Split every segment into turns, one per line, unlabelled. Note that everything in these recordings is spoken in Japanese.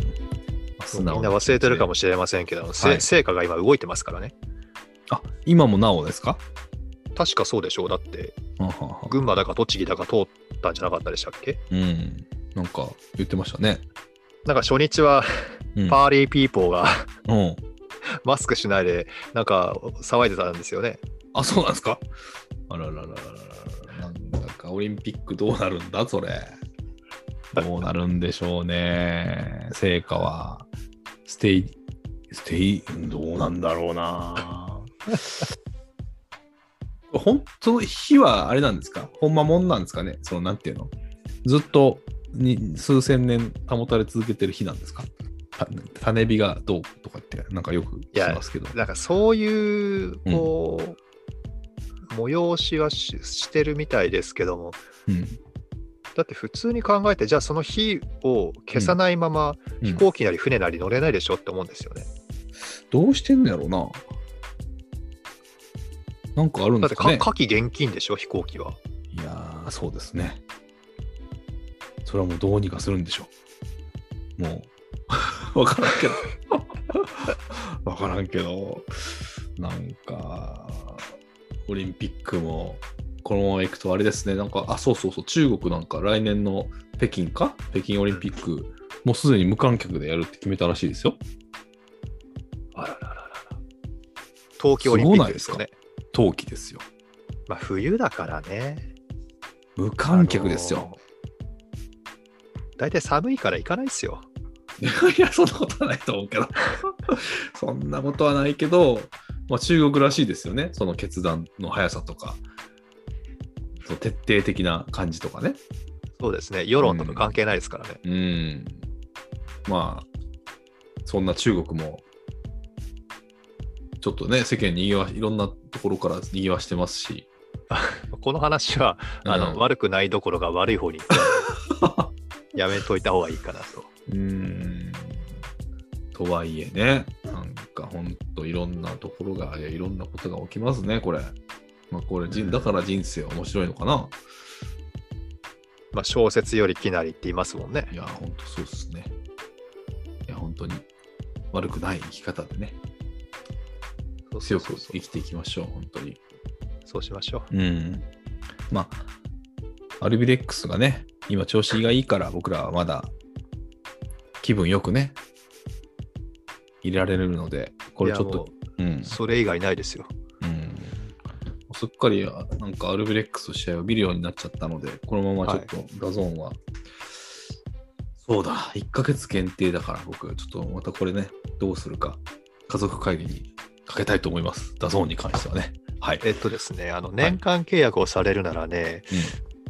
み
素
ん
直
な忘れてるかもしれませんけど、せ
はい
成果が今動いてますからね。
あ今もなおですか
確かそうでしょう。だって、
はんはんはん
群馬だか栃木だか通ったんじゃなかったでしたっけ
うんなんか言ってましたね、
なんか初日は、
うん、
パーリーピーポーが
うん
マスクしないで、なんか騒いでたんですよね。
あそうなんですかあららららららなんだかオリンピックどうなるんだそれどうなるんでしょうね成果はステイステイどうなんだろうなこれ本当日はあれなんですかほんまもんなんですかねそのなんていうのずっとに数千年保たれ続けてる日なんですかた種火がどうとかってなんかよく聞きますけど
なんかそういう、こう、催しはししてるみたいですけども、
うん
だって普通に考えて、じゃあその火を消さないまま、
うん
飛行機なり船なり乗れないでしょって思うんですよね。
どうしてんのやろうな。なんかあるん
だ
で
って
すか
か
ね。
火器現金でしょ、飛行機は。
いやー、そうですね。それはもうどうにかするんでしょう。もう、 わからんけど。わからんけど、なんか、オリンピックも、このまま行くとあれですね、なんか、あ、そうそうそう、中国なんか来年の北京か北京オリンピック、もうすでに無観客でやるって決めたらしいですよ。
あららららら冬季オリンピックですよね。
冬季ですよ。
まあ冬だからね。
無観客ですよ。
あのー。大体寒いから行かないですよ。
いや、そんなことはないと思う けど。そんなことはないけど、まあ、中国らしいですよね。その決断の速さとか、そう徹底的な感じとかね。
そうですね。世論とか関係ないですからね。
うん。まあ、そんな中国も、ちょっとね、世間にぎわいろんなところからにぎわしてますし、
この話はあの、
うん
悪くないどころが悪い方に行くの でやめといた方がいいかなと。
うーんとはいえね、なんかほんといろんなところが、いやいろんなことが起きますね、これ。まあ、これ、じんだから人生面白いのかな。
まあ小説よりきなりって言いますもんね
い。や、ほんとそうですね。いや、本当に悪くない生き方でね、
そうそ
強
うそ
く
うそう
生きていきましょう、本当に。
そうしましょう。
うん。まあ、アルビレックスがね、今調子がいいから、僕らはまだ気分よくね、いられるので、これちょっ
いやも
と、うん
う。それ以外ないですよ。
うん、すっかりあなんかアルビレックスの試合を見るようになっちゃったので、このままちょっとダゾーンは、そうだ、1ヶ月限定だから僕、ちょっとまたこれね、どうするか、家族会議にかけたいと思います。ダゾーンに関してはね。はい。
えっとですね、あの年間契約をされるならね、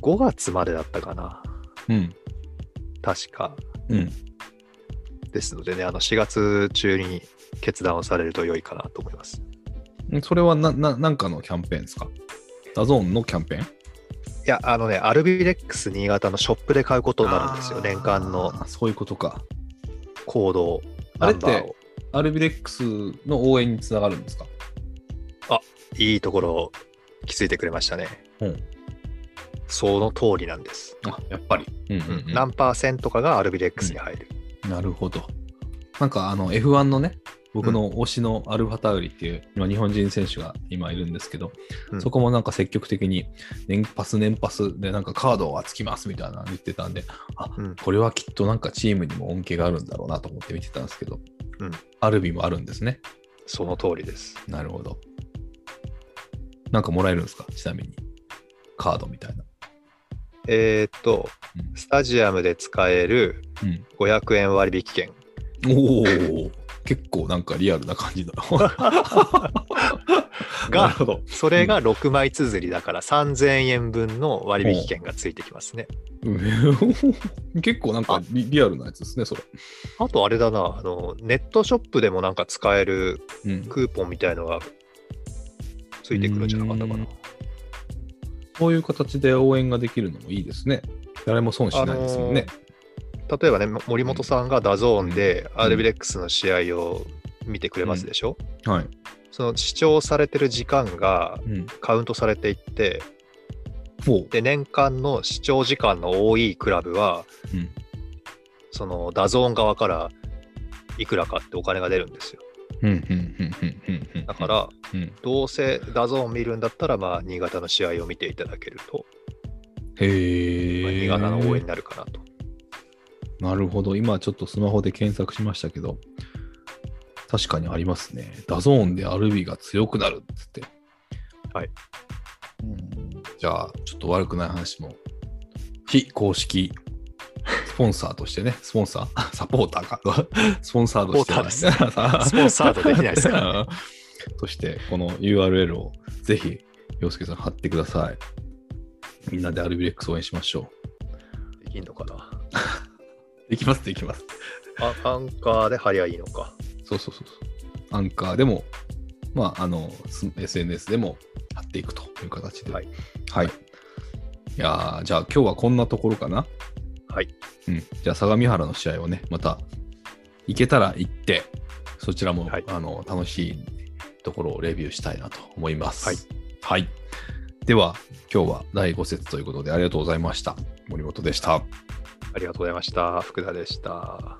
5月までだったかな。
うん。
確か。
うん。
ですのでね、あの4月中に決断をされると良いかなと思います。
うん、それはな、な、なんかのキャンペーンですかダゾーンのキャンペーン
いや、あのね、アルビレックス新潟のショップで買うことになるんですよ、
あー
年間の
そういうことか。
行動、
あ
ナ
れっ
ンバー
て
を。、
アルビレックスの応援につながるんですか
いいところを気づいてくれましたね。
うん
その通りなんです。
あ、やっぱり。うんうんうん
何パーセントかがアルビレックスに入る。
なるほど。なんかあの F1 のね、僕の推しのアルファタウリっていう、今日本人選手が今いるんですけど、
うん
そこもなんか積極的に年パス年パスでなんかカードはつきますみたいなの言ってたんで、あ、
うん
これはきっとなんかチームにも恩恵があるんだろうなと思って見てたんですけど、
うん
アルビもあるんですね。
その通りです。
なるほど。なんかもらえるんですかちなみに。カードみたいな。
えーっと、
うん
スタジアムで使える
うん
500円割引券。
おお結構なんかリアルな感じだ。 なるほど。
それが6枚綴りだから3000円分の割引券がついてきますね。
うん 結構なんかリリアルなやつですね、それ。
あとあれだなあの、ネットショップでもなんか使える
うん、
クーポンみたいのがついてくるんじゃなかったか
う
な。
そういう形で応援ができるのもいいですね。誰も損しないですもんね。
例えばね、も森本さんがダゾーンで
ん
アルビレックスの試合を見てくれますでしょ、
はい、
その視聴されてる時間が
うん。
カウントされていって、
ほう
で、年間の視聴時間の多いクラブは、
うん
そのダゾーン側からいくらかってお金が出るんですよ。
うんうんうんうんうんうん
だか、ら、
うん、
どうせダゾーン見るんだったら、まあ、新潟の試合を見ていただけると、まあ
へえ
新潟の応援になるかなと。
なるほど今ちょっとスマホで検索しましたけど確かにありますねダゾーンでアルビが強くなるっつって
はい、
うんじゃあちょっと悪くない話も非公式スポンサーとしてね、スポンサーサポーターか。 スポンサーとしては。
サスポンサーとできないですか らね
そして、この URL をぜひ、洋介さん貼ってください。みんなでアルビレックス応援しましょ
できんのかな
う。できます、できます。
あアンカーで貼りゃいいのか。
そうそうそうそう。アンカーでも、まあ、あの、す SNS でも貼っていくという形で。
はい。
はい。いやーじゃあ今日はこんなところかな。
はい。
うん。じゃあ相模原の試合をね、また行けたら行って、そちらも、
はい
あの楽しいところをレビューしたいなと思います。
はい。
はい。では、今日は第5節ということでありがとうございました。森本でした。
ありがとうございました。福田でした。